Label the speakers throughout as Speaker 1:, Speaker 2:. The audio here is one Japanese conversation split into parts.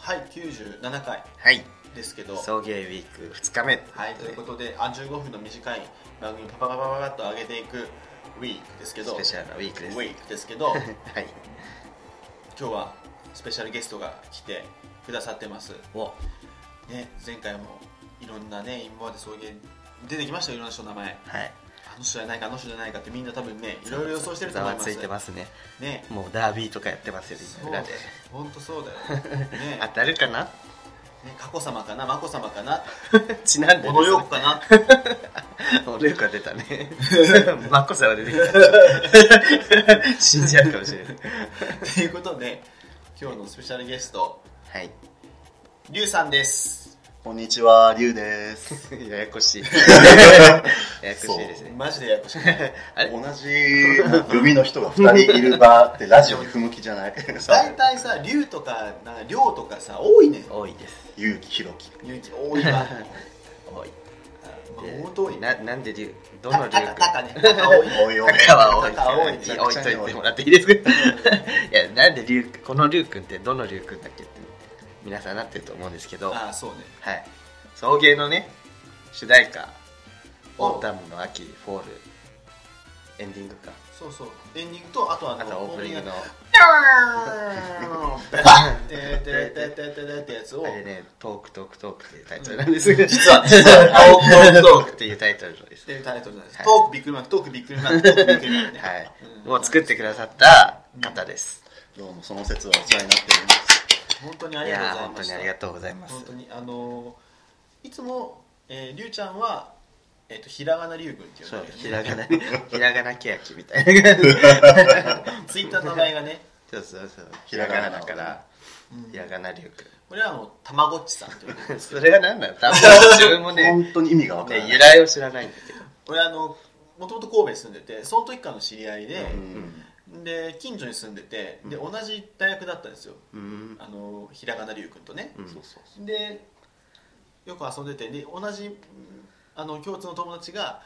Speaker 1: はい97回
Speaker 2: はい
Speaker 1: ですけど
Speaker 2: 送迎ウィーク2日目
Speaker 1: はいということであ15分の短い番組をパパパパパッと上げていくウィークですけど
Speaker 2: スペシャルなウィークです
Speaker 1: ウィークですけど
Speaker 2: はい
Speaker 1: 今日はスペシャルゲストが来てくださってます
Speaker 2: お
Speaker 1: ね前回もいろんなね今まで送迎出てきましたよいろんな人の名前
Speaker 2: はい
Speaker 1: あの人じゃないかあの人じゃないかってみんな多分ねいろいろ予想してると思います
Speaker 2: ざわついてますね
Speaker 1: ね
Speaker 2: もうダービーとかやってますよ
Speaker 1: そ
Speaker 2: 今
Speaker 1: う
Speaker 2: 裏
Speaker 1: だ
Speaker 2: で
Speaker 1: 本当そうだよ ね
Speaker 2: 当たるかな
Speaker 1: ね佳子さまかな眞子さまか な
Speaker 2: ちなんで
Speaker 1: 小野洋子かな
Speaker 2: おのよく出 たねマッコさんは出てき た死んじゃうかもしれない
Speaker 1: ということで今日のスペシャルゲスト
Speaker 2: はい
Speaker 1: リュウさんです
Speaker 3: こんにちは、りゅうです。
Speaker 2: やや こしいややこしいですね
Speaker 1: マジでややこしくない
Speaker 2: あれ
Speaker 3: 同じ組の人が2人いる場ってラジオに不向きじゃないさ
Speaker 1: 大体さリュウとかなんかリョウとかさ多いねん
Speaker 2: 多いです
Speaker 3: ゆうきひろき。
Speaker 1: 勇気多い わ、まあ、
Speaker 2: 多い
Speaker 1: 本当多い
Speaker 2: ななんで竜ど
Speaker 1: た
Speaker 2: の
Speaker 1: た
Speaker 2: 竜
Speaker 1: た
Speaker 2: か
Speaker 1: かね たか多い
Speaker 3: おいおい。
Speaker 2: 赤は多い
Speaker 1: 赤は多い
Speaker 2: ですね置いといてもらっていいですか いやなんで竜この竜くんってどの竜くんだっけって皆さんなってると思うんですけど
Speaker 1: ああそうね
Speaker 2: はい送迎のね主題歌「
Speaker 1: お
Speaker 2: オータムの秋フォール」エンディングか
Speaker 1: そうそうエンディングとあとあの
Speaker 2: あとオープニングの
Speaker 1: ててててててってやつを
Speaker 2: あれね「トークトークトーク」っていうタイトルなんですけど
Speaker 1: 実 は実はトークトークトークっ
Speaker 2: っていうタイトルです
Speaker 1: ていうタイトルなんです、
Speaker 2: はい
Speaker 1: トークびっくりマークトークびっくりマークトークびっくりマークね、
Speaker 2: はい
Speaker 1: うん
Speaker 2: を作ってくださった方です
Speaker 3: どうも、その説はお世話になっております。
Speaker 1: 本当にあ
Speaker 2: い
Speaker 1: りがとう
Speaker 2: やー
Speaker 1: ございま
Speaker 2: 本
Speaker 1: し
Speaker 2: 当に
Speaker 1: た
Speaker 2: ありがとうございます
Speaker 1: 本当にあのーいつも、えー、りゅうちゃんは、えー、とひらがなりゅうぐんっていう
Speaker 2: そ
Speaker 1: の
Speaker 2: う
Speaker 1: がいる
Speaker 2: ひらがなひらがなけやきみたいな感 じ
Speaker 1: ツイッターの名前がね
Speaker 2: そうそうそうひ
Speaker 3: ひ
Speaker 2: ら
Speaker 3: ら
Speaker 2: がな
Speaker 3: がな
Speaker 2: だから
Speaker 1: うん
Speaker 2: ひらがなリュウ
Speaker 1: これはもうたまごっちさんって呼んでるん
Speaker 2: 君
Speaker 1: です
Speaker 2: そ
Speaker 1: けど
Speaker 2: れが何なの多分自分もね
Speaker 3: 本当に意味がわから
Speaker 2: ね
Speaker 3: ない。
Speaker 2: 由来を知らないんだけど
Speaker 1: 俺あのもともと神戸に住んでてその時からの知り合いで
Speaker 3: う、ん
Speaker 1: で近所に住んでてで同じ大学だったんですよ
Speaker 2: うん
Speaker 1: あのひらがなりゅうくんとね、
Speaker 2: うん
Speaker 3: そうそうそ
Speaker 1: でよく遊んでてで同じうんあの共通の友達が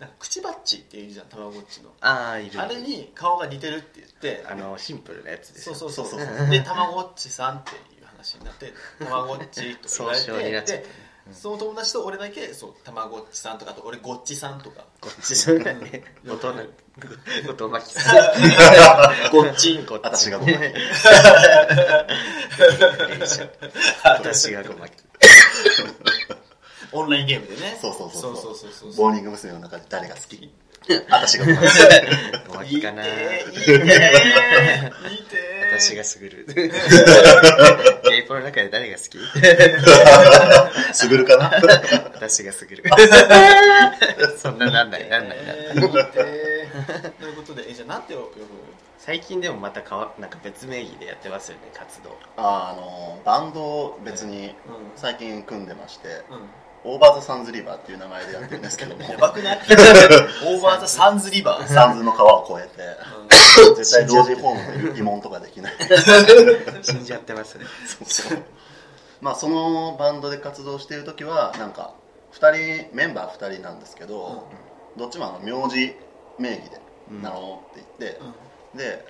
Speaker 1: なんか「口バッチ」っていうじゃんたまごっちの
Speaker 2: ああいる
Speaker 1: あれに顔が似てるって言って
Speaker 2: あのシンプルなやつです
Speaker 1: そ
Speaker 2: よ
Speaker 1: うそうそうそう
Speaker 3: そうそ
Speaker 1: で「たまごっちさん」っていう話にな って「たまごっち」とか
Speaker 2: 総
Speaker 1: 言わ
Speaker 2: 称にな
Speaker 1: れ
Speaker 2: っちゃ
Speaker 1: て
Speaker 2: った
Speaker 1: でその友達と俺だけそうたまごっちさんとかあと俺ごっちさんとか
Speaker 2: こっちじゃないね
Speaker 1: うん
Speaker 2: 後藤の後藤 真希さんごっちんこっちん
Speaker 3: 私がごまき
Speaker 2: 私がご まき
Speaker 1: オンラインゲームでね
Speaker 3: そうそうそう
Speaker 1: そ
Speaker 3: そうう
Speaker 1: そうそう
Speaker 3: う。
Speaker 1: そ
Speaker 3: ボ
Speaker 1: う
Speaker 3: ーニング娘。の中で誰が好き私が好き。
Speaker 2: ごまきかな
Speaker 1: 似 てー似てー似てー
Speaker 2: 私がす ぐるゲイポの中で誰が好き
Speaker 3: すぐるかな
Speaker 2: 私がす ぐるそんななんないなんないなんない
Speaker 1: えー似てーということでえじゃあなんて呼ぶ
Speaker 2: 最近でもまた変わなんか別名義でやってますよね活動
Speaker 3: あーあのー、バンドを別
Speaker 1: う
Speaker 3: に
Speaker 1: ん
Speaker 3: 最近組んでまして、
Speaker 1: うん
Speaker 3: オーバーザ・サンズ・リバーっていう名前でやってるんですけども、
Speaker 1: やばく ないオーバーザサンズリバー
Speaker 3: サンズの川を越えて。
Speaker 1: うん
Speaker 3: 絶対同時訪問で疑問とかできない
Speaker 2: 死んじゃってますね
Speaker 3: まあそのバンドで活動している時はなんか2人メンバー2人なんですけど、どっちもあの名字名義でなろうって言って、で、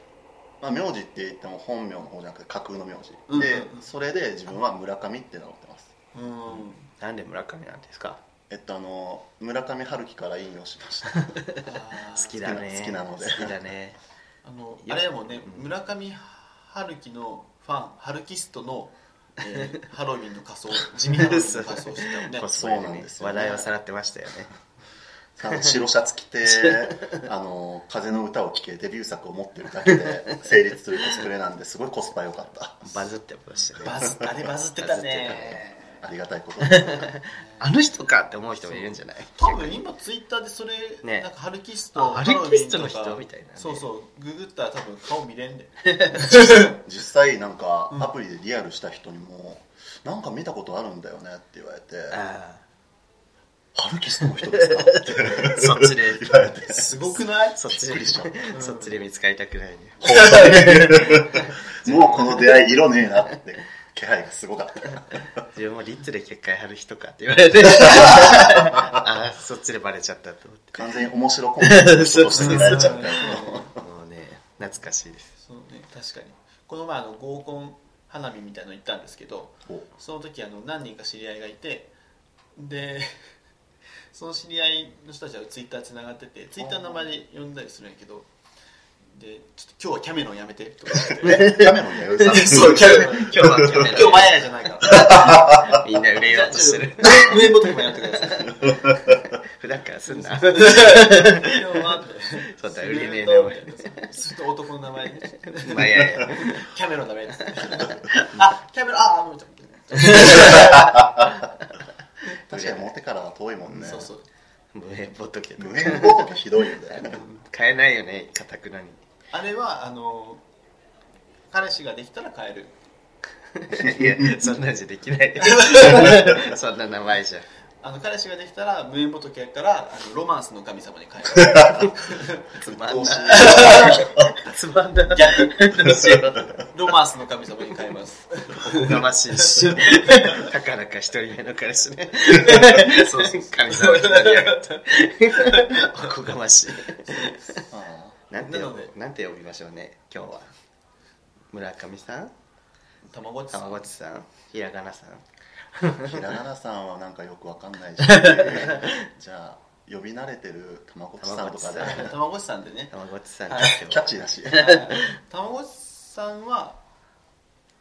Speaker 3: まあ、名字って言っても本名の方じゃなくて架空の名字、
Speaker 1: うん
Speaker 3: で
Speaker 1: うん
Speaker 3: それで自分は村上って名乗ってます
Speaker 1: うん うん
Speaker 2: なんで村上なんですか
Speaker 3: えっとあの村上春樹から引用し ました
Speaker 1: あー
Speaker 2: 好きだね
Speaker 3: 好きなので
Speaker 2: 好きだね
Speaker 1: あの
Speaker 2: い
Speaker 1: あ
Speaker 2: や
Speaker 1: れやもんね、
Speaker 2: うん
Speaker 1: 村上春樹のファン春キストの、えー ハロウィンの仮装地味ハロウィンの仮装してたもんね
Speaker 2: コスプレで
Speaker 3: そうなん
Speaker 2: ね
Speaker 3: ですよ
Speaker 2: 話
Speaker 3: ね
Speaker 2: 題をさらってましたよね
Speaker 3: あの白シャツ着 てあの風の歌を聴けデビュー作を持ってるだけで成立するコスプレなんですごいコスパ良かった
Speaker 2: バズってましたね
Speaker 1: バズあれバズってたね
Speaker 3: ありがたいことです
Speaker 2: あの人かって思う人もいるんじゃない
Speaker 1: 多分今ツイッターでそれ、
Speaker 2: ね
Speaker 1: なんかハルキスト
Speaker 2: あハルキストの人
Speaker 1: ハロウィン
Speaker 2: み
Speaker 1: と
Speaker 2: たいなね
Speaker 1: そうそうググったら多分顔見れんで、
Speaker 3: 実際なんか
Speaker 1: うん
Speaker 3: アプリでリアルした人にも「なんか見たことあるんだよね」って言われて
Speaker 2: あ
Speaker 3: 「ハルキスの人ですか?」って
Speaker 2: あそっちで
Speaker 3: 言われて
Speaker 1: すごくない
Speaker 2: そっち
Speaker 3: びっく
Speaker 2: で
Speaker 3: りした
Speaker 2: そっちで見つかりたくないね
Speaker 3: もうこの出会い色ねえなって気配がすごかった
Speaker 2: 自分もリッツで結界張る人かって言われ てああそっちでバレちゃったと思って
Speaker 3: 完全に面白コンテンツとしてられちゃ った
Speaker 1: うん
Speaker 2: もうね懐かしいです
Speaker 1: そうね確かにこの前あの合コン花火みたいの行ったんですけど
Speaker 3: お
Speaker 1: その時あの何人か知り合いがいてでその知り合いの人たちはツイッターつながっててツイッターの名前で呼んだりするんやけどでちょっと今日はキャメロンやめてとか言って
Speaker 3: キャメロン弥生さん
Speaker 1: そうキャメロン
Speaker 2: 今日はキャメ
Speaker 1: 今日
Speaker 2: ラ
Speaker 1: 前やじゃないから
Speaker 2: みんな売れようとしてる
Speaker 1: 上ボタンもやってください
Speaker 2: 普段からすんな
Speaker 1: 今日は
Speaker 2: そうだ売れねえな俺
Speaker 1: ずっと男の名前で
Speaker 2: まあいやいや
Speaker 1: キャメロンだめです。あ、キャメロン、ああ、もうちょっと。
Speaker 3: 確かに持ってからは遠いもんね
Speaker 1: そうそう。
Speaker 2: 無縁ボトキ
Speaker 3: 無縁ごときひどいよね
Speaker 2: 買えないよねかたくなに
Speaker 1: あれは、あの、彼氏ができたら帰る。
Speaker 2: いやそんなんじゃできない そんな名前じゃ
Speaker 1: あの、彼氏ができたら、無縁仏やから、あのロマンスの神様に帰る。
Speaker 2: つまんな
Speaker 3: どうしよ
Speaker 2: つまんな
Speaker 1: 逆
Speaker 2: どうしよう
Speaker 1: ロマンスの神様に帰ります。
Speaker 2: おこがましいしたかだか一人目の彼氏ねそうそう神様になりやがったおこがましいう
Speaker 3: あ
Speaker 2: なんて呼ぶ
Speaker 1: なので
Speaker 2: なんて呼びましょうね今日は村上さん
Speaker 1: たまごっちさ
Speaker 2: 浜
Speaker 1: ん。
Speaker 2: 口さんひらがなさん
Speaker 3: ーひらがなさんはなんかよくわかんないしじゃあ呼び慣れてるたまごっちさんとかで
Speaker 2: たまごっち
Speaker 1: たまごっちさんでね。
Speaker 2: 浜口さん
Speaker 1: はい
Speaker 3: キャッチーだし
Speaker 1: たまごっちさんは、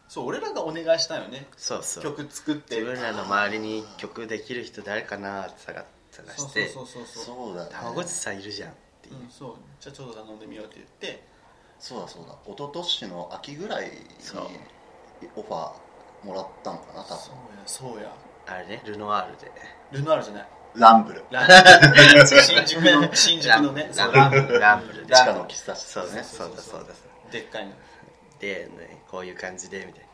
Speaker 1: そう、俺らがお願いしたよね。
Speaker 2: そうそう
Speaker 1: 曲作って。
Speaker 2: 自分らの周りに曲できる人誰かなって探探
Speaker 1: そう
Speaker 2: して
Speaker 1: そうそうそう。、
Speaker 3: そうだね
Speaker 2: たまごっちさんいるじゃんっていううん
Speaker 1: そう。じゃあちょっと頼んでみようって言って、
Speaker 3: そうだそうだ一昨年の秋ぐらいに
Speaker 2: そう
Speaker 3: オファーもらったのかな多
Speaker 1: そう
Speaker 3: 分
Speaker 1: や、そうや。
Speaker 2: あれねルノワールで
Speaker 1: ルノアールじゃない。
Speaker 3: ランブル
Speaker 1: ランプ新宿の新宿のね
Speaker 2: ラ
Speaker 1: そうラ
Speaker 2: ン
Speaker 1: ン
Speaker 2: ブル
Speaker 1: プ
Speaker 2: ランブルで
Speaker 3: 地下の喫茶室
Speaker 2: そうね
Speaker 1: そ
Speaker 2: そうう
Speaker 1: そう
Speaker 2: だ
Speaker 1: そう
Speaker 2: そうだ
Speaker 1: でっかいの
Speaker 2: で、ね、こういう感じでみたいな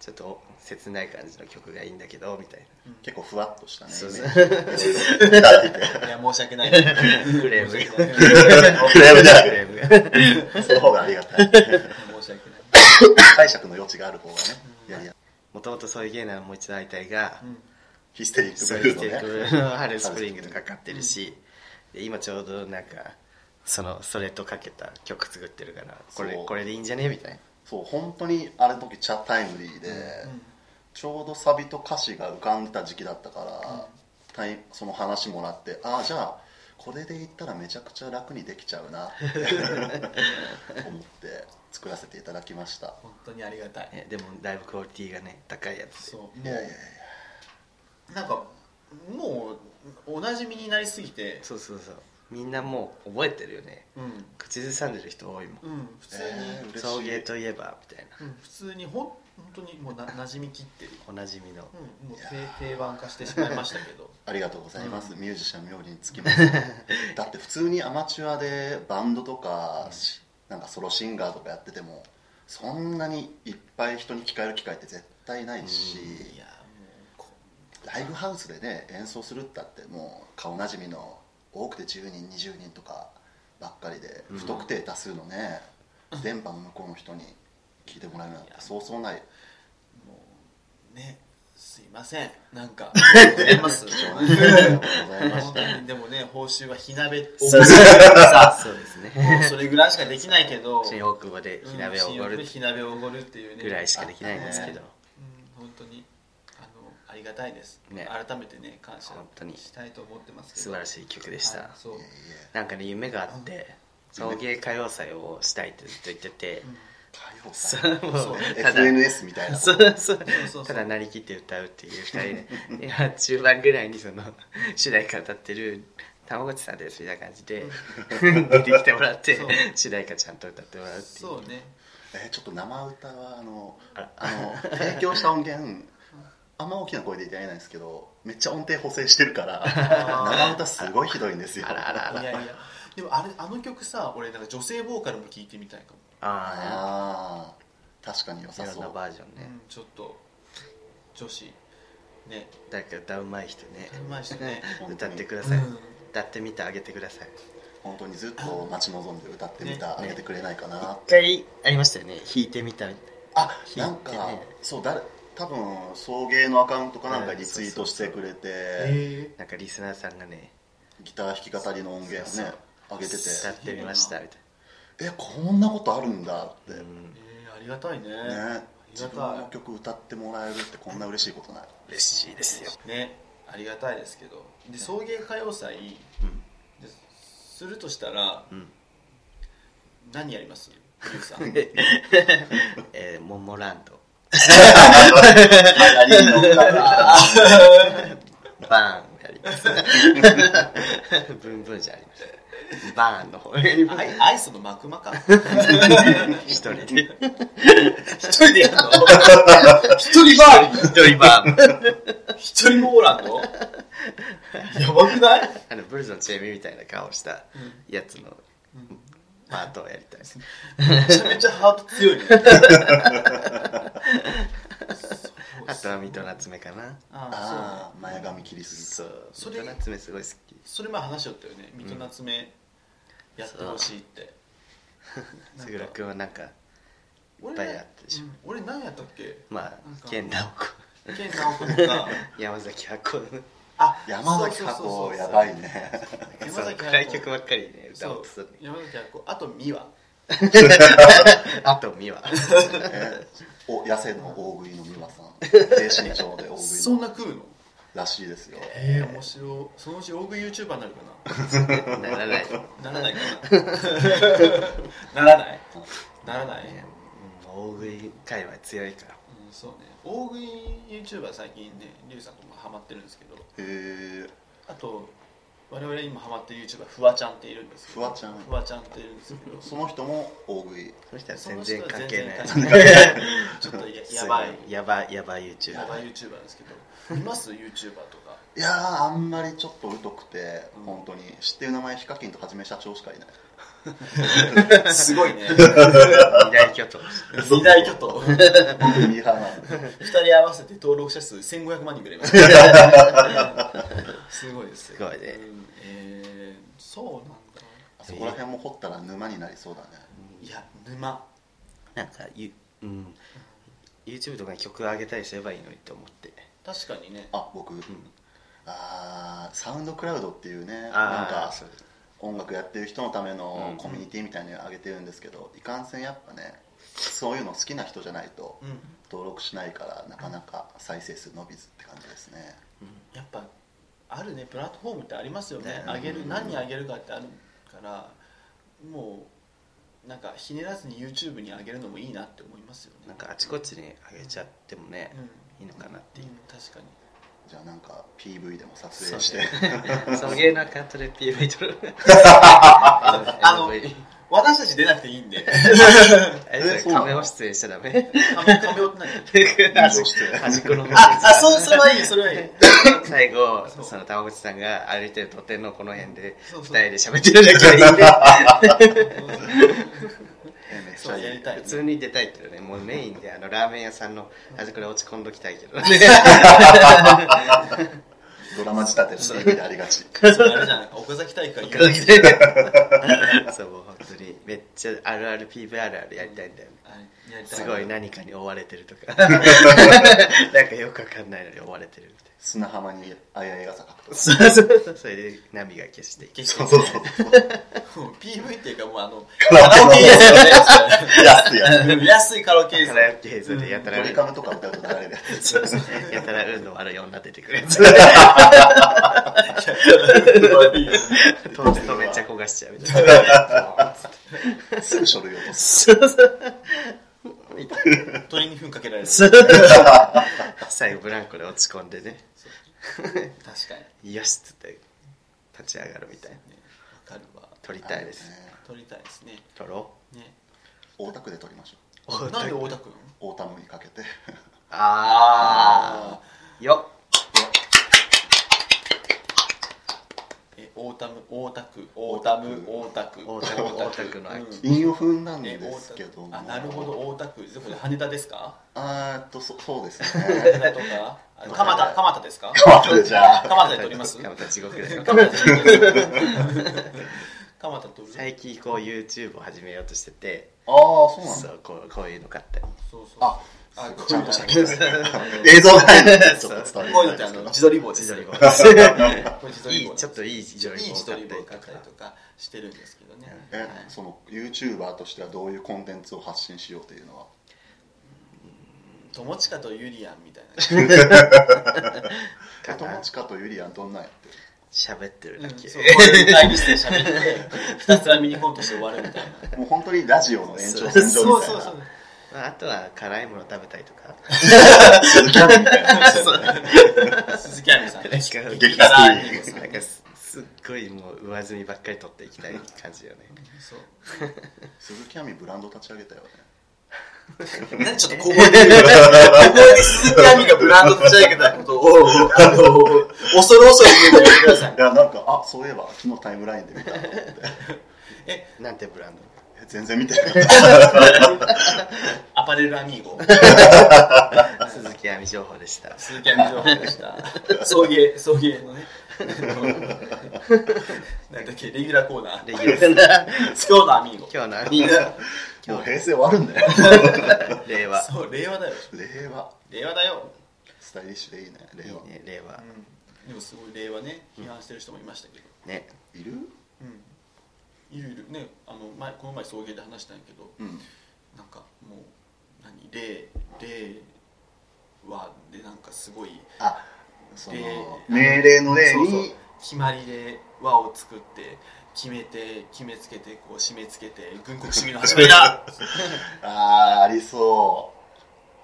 Speaker 2: ちょっと切ない感じの曲がいいんだけどみたい な
Speaker 3: 結構ふわっとしたね
Speaker 2: そう
Speaker 3: イ
Speaker 2: そう
Speaker 3: メージいろいろいただいて
Speaker 1: いや申し訳ないク
Speaker 2: クレーム
Speaker 1: 申し
Speaker 2: が
Speaker 1: 訳ない
Speaker 3: クレームじゃない
Speaker 2: クレームが
Speaker 3: その方がありがた い
Speaker 1: 申し訳ない
Speaker 3: 解釈の余地がある方がねいやいや
Speaker 2: もともとそういう芸能のもう一度会いたいが、
Speaker 1: うん
Speaker 3: ヒステリッ
Speaker 2: そう
Speaker 3: ク
Speaker 2: い
Speaker 3: ブ
Speaker 2: う
Speaker 3: ルーのね
Speaker 2: 曲の春スプリングとかかってるし、で今ちょうどなんかそのそれとかけた曲作ってるからこれ
Speaker 3: そう
Speaker 2: これでいいんじゃねみたいな
Speaker 3: そう本当にあれ時チャタイムリーで、ちょうどサビと歌詞が浮かんでた時期だったから、タイその話もらってああじゃあこれで言ったらめちゃくちゃ楽にできちゃう なって思って作らせていただきました
Speaker 1: 本当にありがたい
Speaker 2: ねでもだいぶクオリティがね高いやつで
Speaker 1: そうも
Speaker 3: いやいやいう
Speaker 1: なんかもうおなじみになりすぎて
Speaker 2: そうそうそうみんなもう覚えてるよね
Speaker 1: うん
Speaker 2: 口ずさんでる人多いもん
Speaker 1: うん普通に
Speaker 3: えー嬉しい
Speaker 2: 送迎といえばみたいな
Speaker 1: うん普通にほん本当にもうな馴染みきってる
Speaker 2: おなじみの
Speaker 1: うんもう定定番化してしまいましたけど
Speaker 3: ありがとうございます、ミュージシャン冥利につきます だって普通にアマチュアでバンドとかしなんかソロシンガーとかやっててもそんなにいっぱい人に聞かれる機会って絶対ないし、
Speaker 1: いやもうこ
Speaker 3: ライブハウスでね演奏するったってもう顔なじみの多くて10人20人とかばっかりで
Speaker 2: うん
Speaker 3: 不特定多数のね、電波の向こうの人に聞いてもらえるなんてそうそうない
Speaker 1: もうねすいませんなんかございます
Speaker 3: 貴重な機会ありがとう ございま
Speaker 1: 本
Speaker 3: し
Speaker 1: 当
Speaker 3: た
Speaker 1: にでもね報酬は火鍋
Speaker 2: そう
Speaker 1: さ
Speaker 2: そうですね
Speaker 1: もうそれぐらいしかできないけど
Speaker 2: 新大久保で火鍋をお
Speaker 1: う
Speaker 2: ご
Speaker 1: ん新大久保で
Speaker 2: る
Speaker 1: 火鍋をおごるっていうね
Speaker 2: ぐらいしかできないんですけど
Speaker 3: あっ
Speaker 1: うん本当にあのありがたいです、
Speaker 2: ね
Speaker 1: 改めてね感謝
Speaker 2: 本当に
Speaker 1: したいと思ってますけど
Speaker 2: 素晴らしい曲でした、
Speaker 1: はいそう、
Speaker 3: いえい
Speaker 2: なんかね夢があって送迎歌謡祭をしたいってずっと言ってて、
Speaker 3: え歌謡
Speaker 2: そ
Speaker 3: 祭
Speaker 2: うもうただ
Speaker 3: SNS みたい な
Speaker 2: そうそう
Speaker 1: そう
Speaker 2: ただなりきって歌うっていう二人 でいや中盤ぐらいにその主題歌歌ってる玉口さんですみたいな感じで出てきてもらって
Speaker 1: そう
Speaker 2: 主題歌ちゃんと歌ってもらうっていう
Speaker 1: そうね
Speaker 3: えーちょっと生歌はあの
Speaker 2: あら
Speaker 3: あの提供した音源あんま大きな声で言ってないんですけどめっちゃ音程補正してるから 生歌すごいひどいんですよ
Speaker 2: あらあら あ
Speaker 1: いや
Speaker 2: ら
Speaker 1: いやでもあれあの曲さ俺なんか女性ボーカルも聴いてみたいかも、
Speaker 2: あ
Speaker 3: あー確かに良
Speaker 2: あ
Speaker 3: さ
Speaker 2: いろん
Speaker 3: そ
Speaker 2: な
Speaker 3: う
Speaker 2: バージョン
Speaker 1: う
Speaker 2: ね、
Speaker 1: ん、ちょっと女子ね
Speaker 2: 誰か歌うまい人ね
Speaker 1: うまい人 ね
Speaker 2: 歌ってくだ
Speaker 1: う
Speaker 2: さい、
Speaker 1: ん
Speaker 2: 歌ってみてあげてください
Speaker 3: 本当にずっと待ち望んで歌ってみた、
Speaker 2: ね
Speaker 3: あげてくれないかな、
Speaker 2: 一回ありましたよね弾いてみたみたいな
Speaker 3: あなん
Speaker 2: 聞い
Speaker 3: か
Speaker 2: てね
Speaker 3: そう誰多分送迎のアカウントかなんか
Speaker 2: うん
Speaker 3: リツイートしてくれて、
Speaker 1: え
Speaker 2: なんかリスナーさんがね
Speaker 3: ギター弾き語りの音源を
Speaker 2: そう
Speaker 3: ね
Speaker 2: そう
Speaker 3: 上げてて
Speaker 2: 歌ってみましたみたい
Speaker 3: えこんなことあるんだって、
Speaker 2: な、
Speaker 3: ね
Speaker 2: うん
Speaker 1: ーえーありがたいねありり
Speaker 3: 自
Speaker 1: が
Speaker 3: 分の
Speaker 1: た
Speaker 3: 曲歌ってもらえるってこんな嬉しいことない
Speaker 2: 嬉しいですよ
Speaker 1: いねありがたいですけどで送迎歌謡祭でするとしたら
Speaker 2: うん、うん、
Speaker 1: 何やりますゆうさ ん
Speaker 2: えー、モモランド
Speaker 3: 流行りに乗っかってきた
Speaker 2: バーンやります ブンブンじゃありませんバーンの方に
Speaker 1: アイアイスの幕間か
Speaker 2: 一人で
Speaker 1: 一人でやるの
Speaker 2: 一人バーン一人バーン
Speaker 1: 一人もおらんのやばくない、
Speaker 2: あのブルーズのチェミみたいな顔したやつのパートをやりたいです
Speaker 1: めちゃめちゃハート強い ね
Speaker 2: あとはミトナツメかな
Speaker 1: ああ
Speaker 3: ああ前髪切りす
Speaker 2: そう
Speaker 1: そ
Speaker 2: ミ
Speaker 1: れ
Speaker 2: トナツメすごい好き
Speaker 1: そうそれ前話しよったよね「水戸夏目やってほしい」って
Speaker 2: 杉浦君はなんか
Speaker 1: 俺
Speaker 2: いっぱいやってるでしょ
Speaker 1: うん俺何やったっけ
Speaker 2: まあ
Speaker 1: なんか
Speaker 2: 健直子
Speaker 1: 健直子とか
Speaker 2: 山崎箱の
Speaker 1: あ
Speaker 3: ぎる山崎
Speaker 1: そうそうそうそ
Speaker 3: 箱
Speaker 1: う
Speaker 3: やばいね
Speaker 1: 山
Speaker 2: そう
Speaker 1: 崎
Speaker 2: 暗い
Speaker 1: 箱
Speaker 2: 曲ばっかりね
Speaker 1: そ
Speaker 2: 歌おう
Speaker 1: う
Speaker 2: とする
Speaker 1: 山崎箱あと美和
Speaker 2: あと美和
Speaker 3: えお痩せの大食いの美 和さん低身長で大食
Speaker 1: そ
Speaker 3: い
Speaker 1: ん
Speaker 3: の
Speaker 1: な食うの
Speaker 3: らしいですよ
Speaker 1: ええ面白いそのうち大食い YouTuber になるか
Speaker 2: ならない
Speaker 1: なならないかなならないならない、
Speaker 2: ねうん大食い界隈強いから
Speaker 1: うん、そうね大食い YouTuber 最近ねリュウさんともハマってるんですけど
Speaker 3: へえ
Speaker 1: あと我々今ハマってる YouTuber フワちゃんっているんですけど
Speaker 3: フワちゃん
Speaker 1: フワちゃんっているんですけど
Speaker 3: その人も大食い
Speaker 2: その人は
Speaker 1: その人
Speaker 2: 全然
Speaker 1: は
Speaker 2: 関係ない
Speaker 1: 全然関係ないちょっとややばい
Speaker 2: すごやばいやばい YouTuber
Speaker 1: やばい YouTuber ですけどいます YouTuber とか
Speaker 3: いやーあんまりちょっと疎くて
Speaker 1: うん
Speaker 3: 本当に知ってる名前ヒカキンとはじめ社長しかい ない
Speaker 1: すごいね
Speaker 2: 二大巨頭
Speaker 1: 二大巨頭
Speaker 3: 僕ミーハーなんで
Speaker 1: 二人合わせて登録者数1500万人ぐらいいます すごいです
Speaker 2: すごい
Speaker 1: う
Speaker 2: ね
Speaker 1: んえーそうなんだ
Speaker 3: あそこら辺も掘ったら沼になりそうだね
Speaker 1: いや沼
Speaker 2: なんかゆ、うん、YouTube とかに曲上げたりすればいいのにと思って
Speaker 1: 確かにね
Speaker 3: あ僕、あーサウンドクラウドっていうねなん
Speaker 2: あ
Speaker 3: か
Speaker 2: あそう
Speaker 3: 音楽やってる人のための
Speaker 2: うん
Speaker 3: コミュニティみたいに上げてるんですけど、いかんせんやっぱねそういうの好きな人じゃないと
Speaker 1: うん
Speaker 3: 登録しないからなかなか再生数伸びずって感じですね
Speaker 1: やっぱあるねプラットフォームってありますよね
Speaker 2: ね
Speaker 1: あげる
Speaker 3: うん
Speaker 1: 何あげるかってあるからもうなんかひねらずに YouTube にあげるのもいいなって思いますよね
Speaker 2: なんかあちこちに上げちゃってもね
Speaker 1: うん、うん、
Speaker 2: いいのかなっていう
Speaker 1: 確かに
Speaker 3: じゃあなんか PV でも撮
Speaker 2: そう
Speaker 3: 影して、
Speaker 2: ねその芸のアカウントで PV 撮る
Speaker 1: あの
Speaker 2: MV
Speaker 1: 私たち出なくていいんで
Speaker 2: あれそ
Speaker 3: そう
Speaker 2: れ
Speaker 3: な
Speaker 2: カ
Speaker 3: の
Speaker 2: メオ出演しちゃダメ
Speaker 1: 亀亀尾って何
Speaker 3: 炎上して
Speaker 2: 端っこの方に
Speaker 1: ああ そうそれはいいそれはいい
Speaker 2: 最後
Speaker 1: そう
Speaker 2: その玉口さんが歩いてる土手のこの辺で
Speaker 1: そう
Speaker 2: 二
Speaker 1: そう
Speaker 2: 人で喋ってるだけでいいんで
Speaker 3: えめっち
Speaker 1: そ
Speaker 3: ゃ
Speaker 1: うや
Speaker 3: い
Speaker 1: り
Speaker 3: い
Speaker 1: たい
Speaker 2: 普
Speaker 1: ね
Speaker 2: 通に出たいけどねもうメインであのラーメン屋さんの端っこで落ち込んどきたいけどね
Speaker 3: ドラマ仕立ての PV でありがち
Speaker 1: それあれじゃん岡崎体育が言う
Speaker 2: そうもう本当にめっちゃあるある PVRR やりたいんだよね
Speaker 1: あやりた
Speaker 2: すごい
Speaker 1: ね
Speaker 2: 何かに追われてると かなんかよくわかんないのに追われてるみたい
Speaker 3: 砂浜にあや映がさ描くと
Speaker 2: なそうそうそうそれでナビが消していく
Speaker 1: そう
Speaker 3: そうそうそう
Speaker 1: もう PV っていうかもうあの
Speaker 3: カラ
Speaker 1: カラオケですよね
Speaker 3: 安いや
Speaker 1: それ 安いカラオケです
Speaker 2: カ
Speaker 1: よ
Speaker 2: ラオケ映像でやた
Speaker 3: つ
Speaker 2: ら
Speaker 3: ドリカムとか歌うと流れるやつ
Speaker 2: そうそうやたら運の悪い女出てくるやつ飛んでとめっちゃ焦がしちゃうみたいな
Speaker 3: すぐ書類落とす
Speaker 2: そうそうみたいな
Speaker 1: 鳥に糞かけ られる
Speaker 2: 最後ブランコで落ち込んでね
Speaker 1: 確かに
Speaker 2: よしっつって立ち上がるみたいな
Speaker 1: ねわかるわ
Speaker 2: 撮りたいです
Speaker 3: あのね
Speaker 1: 撮りたいですね
Speaker 2: 撮ろ
Speaker 1: ね
Speaker 3: 大田区で撮りましょ
Speaker 2: うお
Speaker 1: なんで
Speaker 2: あ
Speaker 1: 太田君
Speaker 3: う大田区にかけ て
Speaker 2: あーよっ
Speaker 1: え大田区大田区大田区大田区
Speaker 2: 大田区大田区の秋
Speaker 1: うん
Speaker 3: 韻を踏んだん
Speaker 1: え
Speaker 3: ですけど
Speaker 1: 大
Speaker 3: も
Speaker 1: 田区あなるほど大田区どこで羽田です か
Speaker 3: あーっとそそうです
Speaker 1: 羽
Speaker 3: ね
Speaker 1: 田とかあ蒲田蒲田ですか
Speaker 3: あとでじゃあ
Speaker 1: 蒲田で撮ります
Speaker 2: 蒲田地獄だよ
Speaker 1: 蒲田で撮る蒲田撮る
Speaker 2: 最近こう YouTube を始めようとしてて
Speaker 3: ああそうなん
Speaker 2: そ
Speaker 3: だ
Speaker 2: うこうこういうの買ったり
Speaker 1: そうそう
Speaker 3: あ
Speaker 1: あこ
Speaker 3: ち
Speaker 1: うい
Speaker 3: ゃ
Speaker 1: うんの
Speaker 3: と
Speaker 1: っ
Speaker 3: してた
Speaker 1: こ
Speaker 3: 映像ないのでちょっと伝わり
Speaker 1: ういうのっ
Speaker 3: づ
Speaker 1: て
Speaker 3: ら
Speaker 1: あ
Speaker 3: い
Speaker 1: の
Speaker 3: です
Speaker 1: 自撮り棒です
Speaker 2: 自撮り棒
Speaker 1: これ自撮
Speaker 2: い
Speaker 1: り棒
Speaker 2: いちょっといい自
Speaker 1: い
Speaker 2: 撮り
Speaker 1: い自撮り棒
Speaker 2: 棒
Speaker 1: を買
Speaker 2: 買
Speaker 1: っり
Speaker 2: ったたり
Speaker 1: と
Speaker 2: とか
Speaker 1: かしてるんですけどね
Speaker 3: けどえその YouTuber としてはどういうコンテンツを発信しようというのは
Speaker 1: 友近とユリアンみたい
Speaker 2: か
Speaker 3: 友
Speaker 2: な
Speaker 3: 近とユリアンどんなんやってる
Speaker 2: 喋ってる
Speaker 1: な、
Speaker 2: だ
Speaker 1: うん、
Speaker 2: け、
Speaker 1: そう交代にして喋ってひたすらミニコントして終わるみたいな
Speaker 3: もう本当にラジオの延長
Speaker 1: そう
Speaker 3: 線上
Speaker 1: そ
Speaker 3: み
Speaker 1: う
Speaker 3: たい
Speaker 1: そ
Speaker 3: な
Speaker 1: う
Speaker 2: まあ、あとは辛いもの食べたりとか
Speaker 3: 鈴木亜美みたいな
Speaker 1: 鈴木亜美さん
Speaker 2: なんか
Speaker 3: 激
Speaker 1: 辛い
Speaker 2: なんかすすっごいもう上積みばっかり取っていきたい感じよね
Speaker 1: そう
Speaker 3: 鈴木亜美ブランド立ち上げたよね
Speaker 1: なんでちょっと小声で言うの小声で鈴木亜美がブランド立ち上げたことを、あの、恐る恐る言うのやめてください
Speaker 3: い。やなんかあそういえば昨日タイムラインで見たと思って
Speaker 2: なんてブランド
Speaker 3: え全然見てない
Speaker 1: アパレルアミーゴ。
Speaker 2: 鈴木亜美情報でした
Speaker 1: 鈴木亜美情報で した。送迎、送迎のね。 なんだっけ、レギュラーコーナー。
Speaker 2: レギ ュラー
Speaker 1: 今日のアミーゴ。
Speaker 2: 今日のアミー
Speaker 3: もう平成終わるんだよ
Speaker 2: ゴ令 和
Speaker 1: そう、令和だよ。
Speaker 3: 令和
Speaker 1: 令和だよ。
Speaker 3: スタイリッシュでいいね
Speaker 2: い
Speaker 3: 令
Speaker 2: い
Speaker 3: 和
Speaker 2: ね令和
Speaker 1: うん。でもすごい令和ね、批判してる人もいましたけど。
Speaker 2: ね
Speaker 3: いる
Speaker 1: うん。いるいる。ね、あの、前、この前送迎で話したんやけど、
Speaker 3: うん
Speaker 1: なんかもう、何、令、令和でなんかすごい、
Speaker 3: あそ
Speaker 1: で
Speaker 3: の命令の例
Speaker 1: そうそう
Speaker 3: に
Speaker 1: 決まりで輪を作って決めて決めつけてこう締めつけて軍国主義の始まり だ
Speaker 3: ああありそ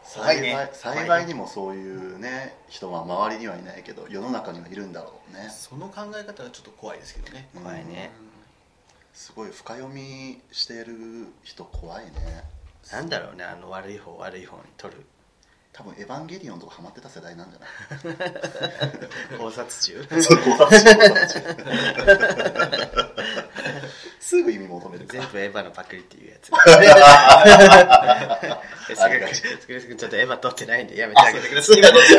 Speaker 3: う
Speaker 1: そう
Speaker 3: 幸
Speaker 1: ね
Speaker 3: い幸いにもそういうね人は周りにはいないけど世の中にはいるんだろうね
Speaker 1: その考え方がちょっと怖いですけどね
Speaker 2: 怖いね
Speaker 3: すごい深読みしてる人怖いね
Speaker 2: なんだろうねあの悪い方悪い方に取る
Speaker 3: 多分「エヴァンゲリオン」とかハマってた世代なんじゃない
Speaker 2: 考察中
Speaker 3: そう考察中考察中すぐ意味求めるから
Speaker 2: 全部エヴァのパクリっていうやつえす
Speaker 3: ありがち
Speaker 2: ぐすぐちょっとエヴァ撮ってないんでやめてあげてください
Speaker 1: 全然い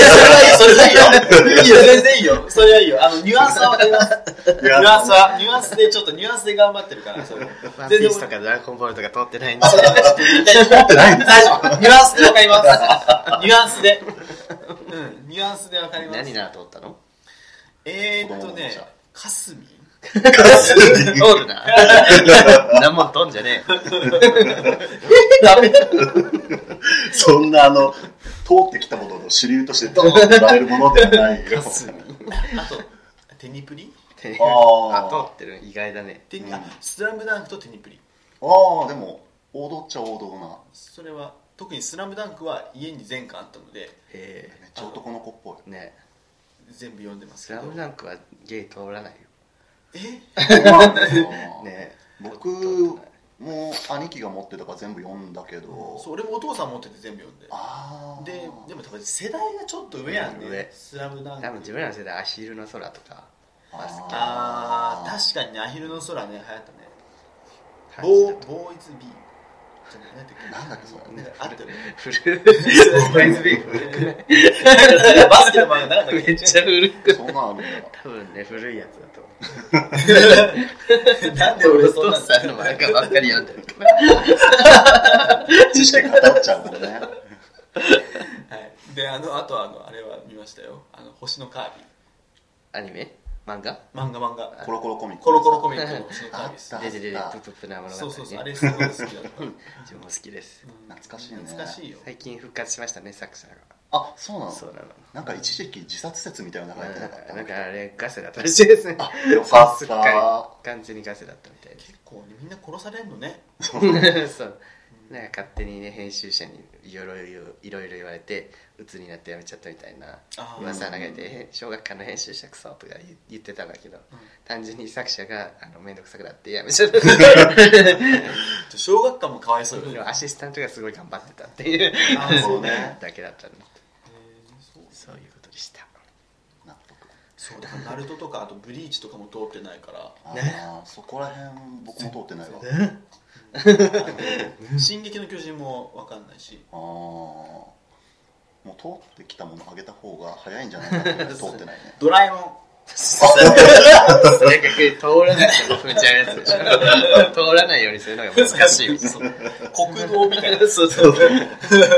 Speaker 1: いよそれはいいよそれはいいよいいよ全然いいよそれはいいよあのニュアンスはニュアンスはニュアンスでちょっとニュアンスで頑張ってるからそれ
Speaker 2: ワンピ
Speaker 1: 全
Speaker 2: ー
Speaker 1: 然
Speaker 2: スとかドラゴンボールとか撮ってないんで
Speaker 1: 大丈夫ニュアンスでわかりますニュアンスでうんニュアンスでわかります
Speaker 2: 何なら撮ったの
Speaker 1: えーっと
Speaker 3: 子供のおも
Speaker 1: ね
Speaker 3: ちゃ
Speaker 1: かすみ
Speaker 2: 撮るな何も撮んじゃねえ
Speaker 1: ダメ
Speaker 3: そんなあの通ってきたものの主流としてドーンとられるものではないよ
Speaker 1: あとテニプリ
Speaker 2: って
Speaker 3: あー
Speaker 2: あ撮ってる意外だね
Speaker 1: テニ、
Speaker 3: うん
Speaker 1: あスラムダンクとテニプリ
Speaker 3: ああでも王道っちゃ王道な
Speaker 1: それは特に「スラムダンクは家に全巻あったので
Speaker 2: へ
Speaker 3: めっちゃ男の子っぽい
Speaker 2: えね
Speaker 1: 全部読んでます
Speaker 2: ス
Speaker 1: けど
Speaker 2: ラムダンクはゲイ通らないよ
Speaker 1: え
Speaker 2: ね
Speaker 3: 僕も兄貴が持ってたから全部読んだけど
Speaker 1: そう俺もお父さん持ってて全部読んで
Speaker 3: ああ
Speaker 1: ででも多分世代がちょっと上やん
Speaker 2: うん
Speaker 1: ね
Speaker 2: 上
Speaker 1: 「スラムダン
Speaker 2: 多分自
Speaker 1: ク
Speaker 2: 分らの世代アヒルの空とか
Speaker 1: あ
Speaker 3: あ
Speaker 1: ー確かにね「アヒルの空」ね流行ったね「ボ
Speaker 2: 感じだ
Speaker 1: ーボーイズ・ビー」じゃないなんだっけ
Speaker 3: なんだっ
Speaker 1: ねあっ
Speaker 3: けそれ
Speaker 1: たよね
Speaker 2: 古いボーイ ズビー古くない
Speaker 1: バスケの漫画なんだっ
Speaker 2: め
Speaker 1: け
Speaker 2: っちゃ古く
Speaker 3: そんなんあるんだ
Speaker 2: 多分ね古いやつだと思う
Speaker 1: なんで俺
Speaker 2: お
Speaker 1: そん
Speaker 2: 父
Speaker 1: なん
Speaker 2: さんの漫画ばっかり読んで るから
Speaker 3: 知識偏っちゃうもんね
Speaker 1: はい、であのあとあのあれは見ましたよ「あの星のカービィ
Speaker 2: アニメ漫画」
Speaker 1: 漫画漫画
Speaker 3: コロコロコミック
Speaker 1: コロコロコミックの星のカービィです
Speaker 3: あっ
Speaker 2: デデデデプププな物語ね
Speaker 1: そうそうそうあれすごい好きだ った、うん
Speaker 2: 自分も好きです
Speaker 3: 懐かしいね
Speaker 1: 懐かしいよ
Speaker 2: 最近復活しましたね作者が
Speaker 3: あそうなの
Speaker 2: そうなの
Speaker 3: なんか一時期自殺説みたいなの流れてなかった
Speaker 2: なんかあれガセだったらしいですね
Speaker 3: あよかっ
Speaker 2: すっ
Speaker 3: た
Speaker 2: かり完全にガセだったみたいです
Speaker 1: 結構ねみんな殺されんのね
Speaker 2: そうなんか勝手にね編集者にいろいろいろいろ言われて鬱になってやめちゃったみたいな
Speaker 1: あー
Speaker 2: 噂流れて小学館の編集者クソとか言言ってたんだけど、単純に作者があの面倒くさくなってやめちゃった
Speaker 1: 小学館もかわいそうよね、
Speaker 2: アシスタントがすごい頑張ってたっていう
Speaker 1: あー
Speaker 3: そうね
Speaker 2: だけだったの
Speaker 1: えーそう
Speaker 2: そういうことでした
Speaker 3: 納得
Speaker 1: そうだからナルトとかあとブリーチとかも通ってないから
Speaker 3: あーそこら辺僕も通ってないわ
Speaker 1: 「進撃の巨人」もわかんないし
Speaker 3: ああもう通ってきたものあげた方が早いんじゃないかってぐらい通ってないね
Speaker 1: 「ドラえもん
Speaker 2: それ逆に通らないと踏んじゃうやつでしょ通らないようにするのが」難し いみたい
Speaker 1: そう国道みたいな
Speaker 2: なそうそう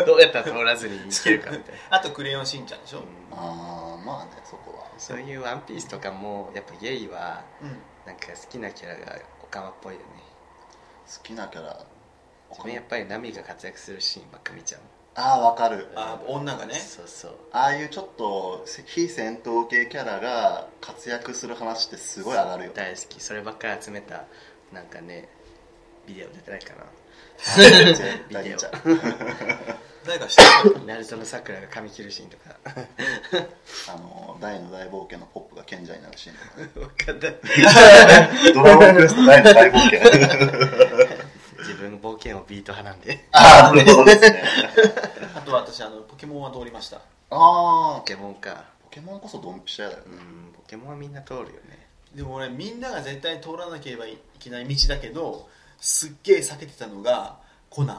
Speaker 2: どうやったら通らずにいけるかみたいな
Speaker 1: あと「クレヨンしんちゃん」でしょ、
Speaker 3: ああまあねそこは
Speaker 2: そういう「ワンピースとかもやっぱゲイは
Speaker 1: うん
Speaker 2: なんか好きなキャラがオカマっぽいよね
Speaker 3: 好きなキャラ
Speaker 2: 自分やっぱりナミが活躍するシーンばっか見ちゃう
Speaker 3: ああわかる
Speaker 1: あ女がね
Speaker 2: そうそう
Speaker 3: ああいうちょっと非戦闘系キャラが活躍する話ってすごい上がる よ
Speaker 2: 大好きそればっかり集めたなんかねビデオ出てないか
Speaker 3: 絶対見ち ゃう
Speaker 1: 誰か知ってる
Speaker 2: なナルトのさくらが髪切るシーンとか
Speaker 3: あの大の大冒険のポップが賢者になるシーンとか
Speaker 2: わ
Speaker 3: ね
Speaker 2: かんない
Speaker 3: ドラゴンクエスト大の大冒険
Speaker 2: 自分冒険をビート派なんで
Speaker 3: ああそうですね
Speaker 1: あとは私あのポケモンは通りました
Speaker 3: ああ
Speaker 2: ポケモンか
Speaker 3: ポケモンこそドンピシャだよね
Speaker 2: うんポケモンはみんな通るよね
Speaker 1: でも俺みんなが絶対通らなければいけない道だけどすっげえ避けてたのがコナン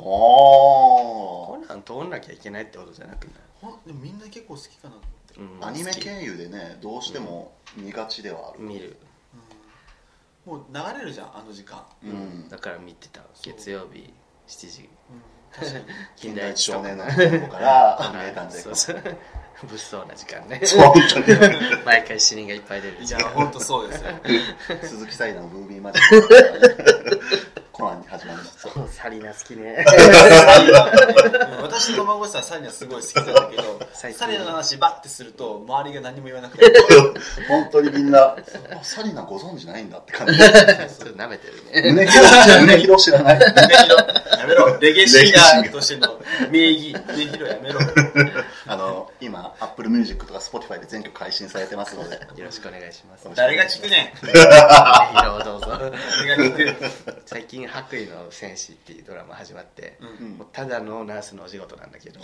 Speaker 3: あ
Speaker 2: コ
Speaker 3: ー
Speaker 2: ナン通んなきゃいけないってことじゃなくない、
Speaker 1: ほんでもみんな結構好きかなと思って、
Speaker 2: うん
Speaker 3: アニメ
Speaker 2: 好き
Speaker 3: 経由でねどうしても見がちではある
Speaker 2: 見る、
Speaker 1: うんもう流れるじゃんあの時間、
Speaker 3: うん、
Speaker 2: だから見てた
Speaker 1: そう
Speaker 2: 月曜日7時
Speaker 1: うん確かに
Speaker 3: 近代
Speaker 2: 一
Speaker 3: 一
Speaker 2: と
Speaker 3: 少
Speaker 2: か
Speaker 3: 年の子から名探偵
Speaker 2: そう
Speaker 3: コ
Speaker 2: そう物騒な時間ね
Speaker 3: ナン本当に
Speaker 2: 毎回死人がいっぱい出る
Speaker 1: い
Speaker 2: 時
Speaker 1: や
Speaker 2: 間
Speaker 1: 本当そう ですよ
Speaker 3: 鈴木紗理奈のムービーマジックコナンに始まりました
Speaker 2: サリナ好きね
Speaker 1: うん私の孫さんサリナすごい好きなんだけど
Speaker 2: 最近
Speaker 1: サリナの話バッてすると周りが何も言わなくて
Speaker 3: 本当にみんなあサリナご存知ないんだって感じ
Speaker 2: ちょっと舐めてるね
Speaker 3: 胸広胸広知らない
Speaker 1: やめ ろレゲエシンガーとしての名義ネヒロやめろ
Speaker 3: あの今 Apple Music とか Spotify で全曲配信されてますので
Speaker 2: よろしくお願いします
Speaker 1: 誰が聞くねん
Speaker 2: はいどうぞどうぞ
Speaker 1: 誰が聞 く、
Speaker 2: 最近白衣の戦士っていうドラマ始まって、
Speaker 1: うん
Speaker 2: もうただのナースのお仕事なんだけど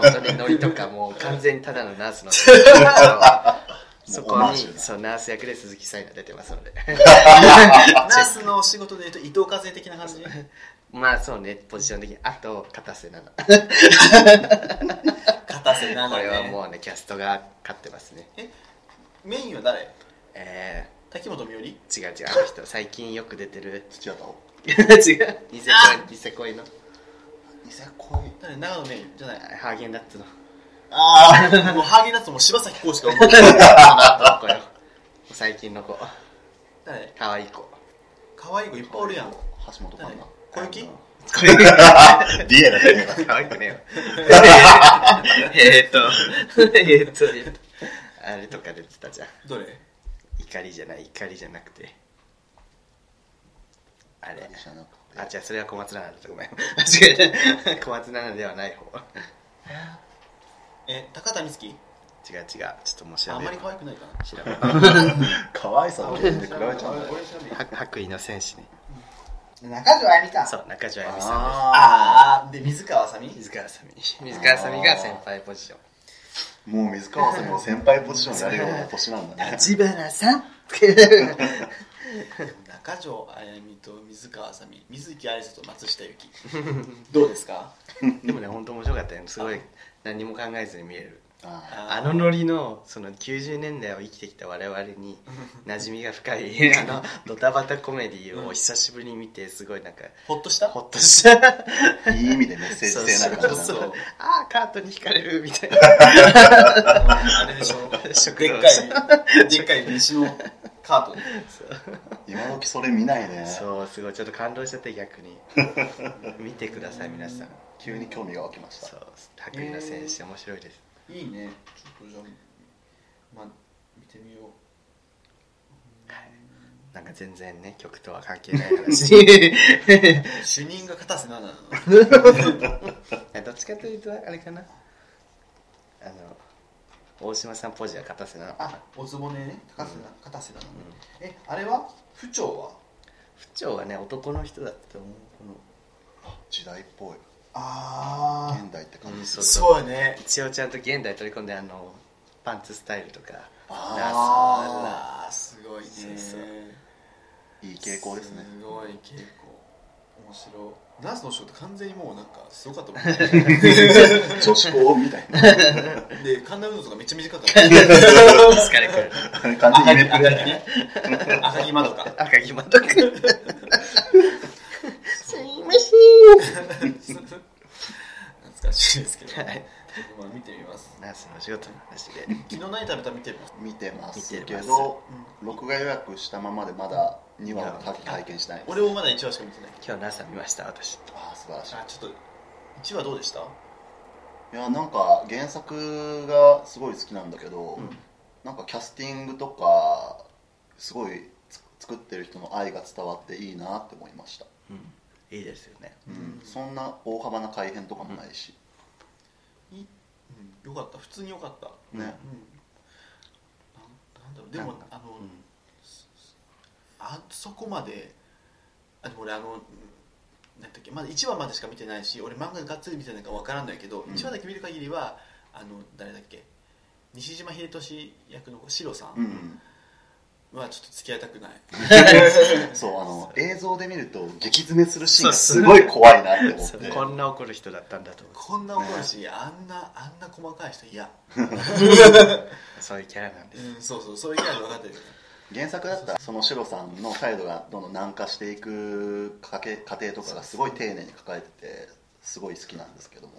Speaker 2: 本当にノリとかもう完全にただのナースのお仕事そこ
Speaker 3: もうオマー
Speaker 2: に
Speaker 3: ジュだ
Speaker 2: そうナース役で鈴木紗理奈出てますので
Speaker 1: ナースのお仕事でいうと伊藤和恵的な感じ
Speaker 2: まあそうねポジション的にあと片瀬奈々
Speaker 1: 片瀬な
Speaker 2: こ
Speaker 1: の
Speaker 2: れは
Speaker 1: ね
Speaker 2: もうねキャストが勝ってますね
Speaker 1: メインは誰
Speaker 2: え
Speaker 1: 滝本美織
Speaker 2: ー、違う違うあの人最近よく出てる
Speaker 3: 土屋太鳳
Speaker 2: 違うニセ恋ニセ恋の
Speaker 3: ニセ恋
Speaker 1: 誰長野メインじゃない
Speaker 2: ハーゲンダッツの
Speaker 3: あ
Speaker 1: もうハーゲンダッツも柴咲コウしか思ってない
Speaker 2: あの子よ最近の子
Speaker 1: 誰
Speaker 2: 可愛い 子こ
Speaker 1: 可愛い子いっぱいおるやん
Speaker 3: 橋本環
Speaker 1: 誰
Speaker 3: 奈
Speaker 1: 小雪
Speaker 2: れ
Speaker 3: ディエラね
Speaker 2: 可愛くね えよえーっとえーっとえーっとあれとか出てたじゃん
Speaker 1: どれ
Speaker 2: 怒りじゃない怒りじゃなくてあれ
Speaker 3: 知らなくて
Speaker 2: あ違うそれは小松菜奈だったごめん 間違えた小 松菜奈ではない方
Speaker 1: え高田美月
Speaker 2: 違う違うちょっともう調
Speaker 1: あん
Speaker 2: べ
Speaker 1: ま
Speaker 2: る
Speaker 1: り可愛くないかな
Speaker 2: 調べる
Speaker 3: 可愛さを全然比べちゃうんだよ
Speaker 2: は白衣の戦士ね
Speaker 1: 中条あやみか
Speaker 2: そう中条あやみさ
Speaker 3: あ
Speaker 1: ああで水川あさみ
Speaker 2: んです水川あさみ水川あさみが先輩ポジション
Speaker 3: ーもう水川さんも先輩ポジションになるような年なんだね
Speaker 2: 立花さん
Speaker 1: 中条あやみと水川あさみ水木有沙と松下由 紀どうですか
Speaker 2: でもね本当面白かったよすごい何も考えずに見える
Speaker 3: あ
Speaker 2: あのノリのその90年代を生きてきた我々に馴染みが深い あのドタバタコメディを久しぶりに見てすごいなんか
Speaker 1: ほっとした
Speaker 2: ほっとした
Speaker 3: ーいい意味でメッセージ性な感じなんだ
Speaker 1: そうそう
Speaker 2: ああカートに惹かれるみたいな
Speaker 1: あれでしょ
Speaker 2: 食
Speaker 1: でっ
Speaker 2: 堂
Speaker 1: かいでっかい西のカートで
Speaker 3: 今時それ見ないね
Speaker 2: そうすごいちょっと感動しちゃって逆 に見てください皆さん
Speaker 3: 急に興味が湧きました
Speaker 2: そう白衣の戦士面白いです
Speaker 1: いいねちょっとじゃあまあ見てみよう
Speaker 2: なんか全然ね曲とは関係ない 話
Speaker 1: 主任が片瀬奈 々なの
Speaker 2: どっちかというとあれかなあの大島さんポジは片瀬なの
Speaker 1: あおつぼねね高瀬な片瀬奈々ねえあれは府長は
Speaker 2: 府長はね男の人だったと思うこの
Speaker 3: 時代っぽい
Speaker 1: あ
Speaker 3: 現代って感じ
Speaker 2: そう
Speaker 1: す
Speaker 2: そう
Speaker 1: ごいね
Speaker 2: 一応ちゃんと現代取り込んであのパンツスタイルと か
Speaker 3: あ
Speaker 1: あらすごいね
Speaker 2: そうそう
Speaker 3: いい傾向ですね
Speaker 1: すごい傾向面白いナースの仕事完全にもうなんかすごかったもん ね
Speaker 3: 女子校みたいな
Speaker 1: で神田うどんとかめっちゃ短かったね
Speaker 2: 疲れくる
Speaker 3: 感じ
Speaker 1: 赤
Speaker 3: に
Speaker 1: 木
Speaker 3: ね
Speaker 1: 赤木ね 赤木まどか
Speaker 2: 赤木ま どかすいませ
Speaker 1: 懐かしいですけど、
Speaker 2: んはい
Speaker 1: まあ見てみます
Speaker 2: ナースのお仕事の話で
Speaker 1: 昨日何食べた見てみます
Speaker 3: 見てます
Speaker 2: 見て
Speaker 3: け
Speaker 2: ます
Speaker 3: ど録画予約したままでまだ2話を
Speaker 2: いや
Speaker 3: 拝見してないです
Speaker 1: 俺もまだ1話しか見てない
Speaker 2: 今日の朝見ました私
Speaker 3: ああ素晴らしい
Speaker 1: あちょっと1話どうでした
Speaker 3: いやなんか原作がすごい好きなんだけど、
Speaker 1: うん
Speaker 3: なんかキャスティングとかすごいつ作ってる人の愛が伝わっていいなって思いました、
Speaker 2: いいですよね
Speaker 3: うんそんな大幅な改変とかもないし、
Speaker 1: い、うん、よかった普通によかった、
Speaker 2: う
Speaker 1: うん、
Speaker 2: ん
Speaker 3: ね
Speaker 1: なんなんだろうでも
Speaker 2: なん
Speaker 1: あの、
Speaker 2: うん
Speaker 1: あそこまであでも俺あのなんだっけまだ1話までしか見てないし俺漫画がっつり見てないから分からんのやけど、
Speaker 3: うん
Speaker 1: 一1話だけ見る限りはあの誰だっけ西島秀俊役のシロさ
Speaker 3: うんん
Speaker 1: はちょっと付き合いたくない、
Speaker 3: そうあの映像で見ると激詰めするシーンがすごい怖いなって思っ
Speaker 2: そう
Speaker 3: て
Speaker 2: こんな怒る人だったんだと思って
Speaker 1: こんな怒るし、あんなあんな細かい人嫌、
Speaker 2: そういうキャラなんです、
Speaker 1: うん、そうそうそういうキャラで分かってるよね
Speaker 3: 原作だったらそのシロさんのサイドがどんどん南下していくかけ過程とかがすごい丁寧に書かれててすごい好きなんですけども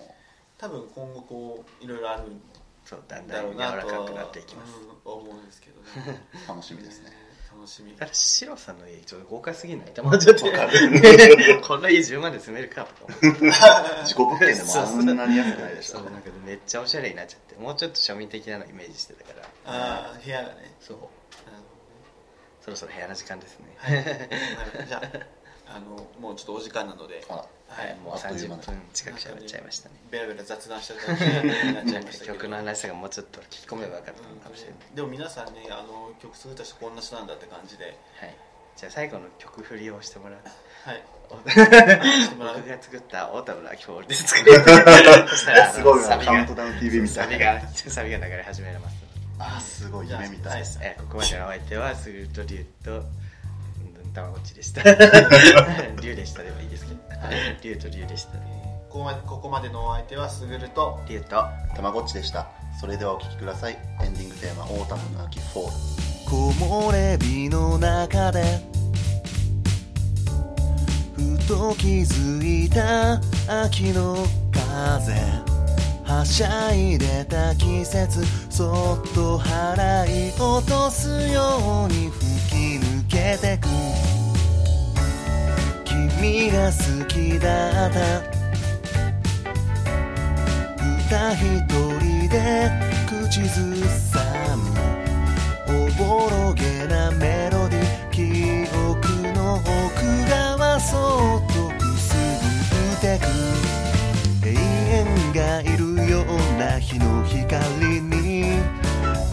Speaker 1: 多分今後こういろいろあるん
Speaker 2: そうだんだ
Speaker 1: だ
Speaker 2: ん
Speaker 1: ろう
Speaker 2: 柔
Speaker 1: な
Speaker 2: ら
Speaker 1: と
Speaker 2: か
Speaker 1: は
Speaker 2: くなっていきます、
Speaker 1: うん思うんですけどね
Speaker 3: 楽しみですね
Speaker 1: うん 楽しみ
Speaker 2: だからシロさんの家ちょっと豪快すぎないって思っちゃって こんな家10万で住めるかとか思って
Speaker 3: 自己物件でもあんなに安くないでし
Speaker 2: そ
Speaker 3: た
Speaker 2: うなんかめっちゃおしゃれになっちゃってもうちょっと庶民的なのイメージしてたから
Speaker 1: ああ部屋がね
Speaker 2: そう
Speaker 1: なるほどね
Speaker 2: そろそろ部屋の時間ですね、
Speaker 1: はい、 じゃああのもうちょっとお時間なので、
Speaker 3: あら
Speaker 1: はい、
Speaker 2: もう
Speaker 3: あっという間
Speaker 2: 30
Speaker 3: だ
Speaker 2: 分近く喋っちゃいましたね
Speaker 1: ベラベラ雑談しちゃったんでなっちゃいましたけど
Speaker 2: 曲の話がもうちょっと聞き込めばよかったのかもしれない、
Speaker 1: うんでも皆さんねあの曲作った人こんな人なんだって感じで、
Speaker 2: はい、じゃあ最後の曲振りをしてもらう
Speaker 1: はい、してもらう
Speaker 2: 僕が作った太田村明ホールで作れたそしたらあの
Speaker 3: すごい
Speaker 2: サ
Speaker 3: な
Speaker 2: ビ
Speaker 3: カウン
Speaker 2: が
Speaker 3: トダウン TV みた
Speaker 2: サビ
Speaker 3: いな
Speaker 2: がサビが流れ始めますので
Speaker 3: あーすごい夢みたい
Speaker 1: じ
Speaker 2: えーここまでのお相手はスグルとリュウとうんたまごっちでした リュウでしたでもいいですけどリュウとリュウでした
Speaker 1: ここまでここまでのお相手はすぐると
Speaker 2: リュウと
Speaker 3: たまごっちでしたそれではお聴きくださいエンディングテーマ「オータムの秋フォール」
Speaker 4: 木漏れ日の中でふと気づいた秋の風はしゃいでた季節そっと払い落とすように吹き抜けてく君が好きだった歌一人で口ずさむおぼろげなメロディ記憶の奥側そっとくすぐってく永遠がいるような日の光に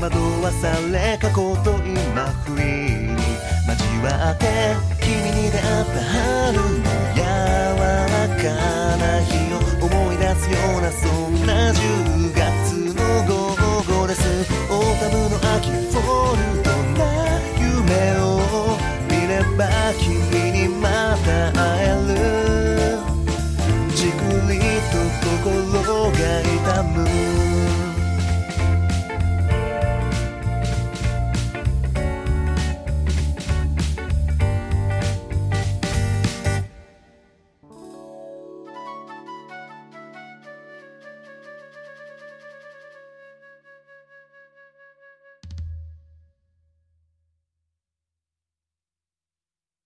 Speaker 4: 惑わされ過去と今不意に交わって君に出会った春の柔らかな日を思い出すようなそんな10